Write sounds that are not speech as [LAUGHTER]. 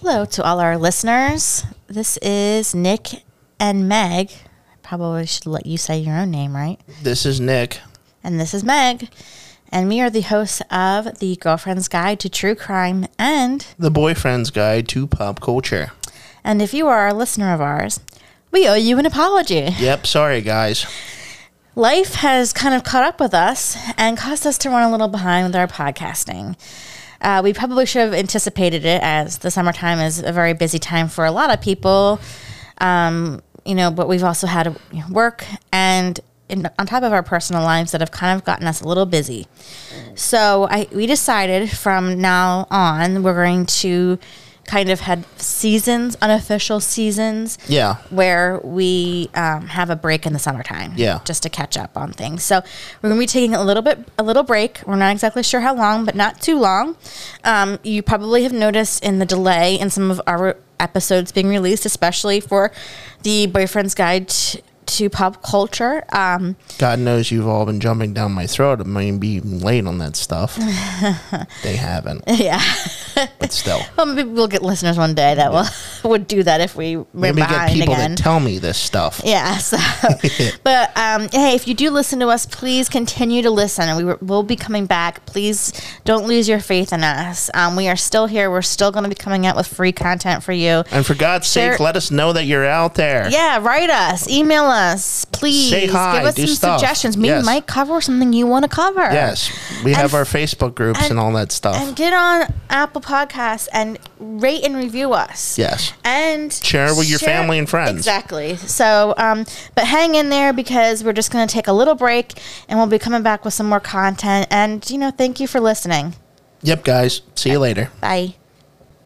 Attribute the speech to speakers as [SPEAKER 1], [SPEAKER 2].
[SPEAKER 1] Hello to all our listeners. This is Nick and Meg. I probably should let you say your own name, right?
[SPEAKER 2] This is Nick.
[SPEAKER 1] And this is Meg. And we are the hosts of The Girlfriend's Guide to True Crime. And
[SPEAKER 2] the boyfriend's guide to pop culture.
[SPEAKER 1] and if you are a listener of ours, we owe you an apology.
[SPEAKER 2] Yep, sorry guys.
[SPEAKER 1] Life has kind of caught up with us and caused us to run a little behind with our podcasting. Uh, we probably should have anticipated it as the summertime is a very busy time for a lot of people. Um, you know, but we've also had you know, work and in, on top of our personal lives that have kind of gotten us a little busy. So I, we decided from now on we're going to kind of had seasons, unofficial seasons
[SPEAKER 2] Yeah.
[SPEAKER 1] where we um, have a break in the summertime.
[SPEAKER 2] Yeah.
[SPEAKER 1] Just to catch up on things. So we're gonna be taking a little bit a little break. We're not exactly sure how long, but not too long. Um, you probably have noticed in the delay in some of our episodes being released, especially for the Boyfriend's Guide t- to Pop Culture. Um,
[SPEAKER 2] God knows you've all been jumping down my throat. I mean, being late on that
[SPEAKER 1] [LAUGHS]
[SPEAKER 2] stuff. they haven't,
[SPEAKER 1] yeah.
[SPEAKER 2] but still.
[SPEAKER 1] Well, maybe we'll get listeners one day that will [LAUGHS] would do that if we [LAUGHS] were
[SPEAKER 2] Maybe
[SPEAKER 1] behind
[SPEAKER 2] get people
[SPEAKER 1] again.
[SPEAKER 2] that tell me this stuff.
[SPEAKER 1] Yeah. [LAUGHS] So, but um, hey, if you do listen to us, please continue to listen, and we will- will be coming back. Please don't lose your faith in us. Um, we are still here. We're still going to be coming out with free content for you.
[SPEAKER 2] And for God's sake,
[SPEAKER 1] There-
[SPEAKER 2] let us know that you're out there.
[SPEAKER 1] Yeah, write us, email us, please.
[SPEAKER 2] Say hi,
[SPEAKER 1] Give us
[SPEAKER 2] do
[SPEAKER 1] some
[SPEAKER 2] stuff.
[SPEAKER 1] suggestions. We
[SPEAKER 2] Yes.
[SPEAKER 1] might cover something you want to cover.
[SPEAKER 2] Yes, we have our Facebook groups and,
[SPEAKER 1] and-
[SPEAKER 2] all that stuff.
[SPEAKER 1] And get on Apple Podcasts and rate and review us.
[SPEAKER 2] yes.
[SPEAKER 1] and
[SPEAKER 2] Share with your family and friends.
[SPEAKER 1] Exactly. So, um, but hang in there because we're just going to take a little break and we'll be coming back with some more content. And you know, thank you for listening.
[SPEAKER 2] Yep, guys. See you later.
[SPEAKER 1] Bye.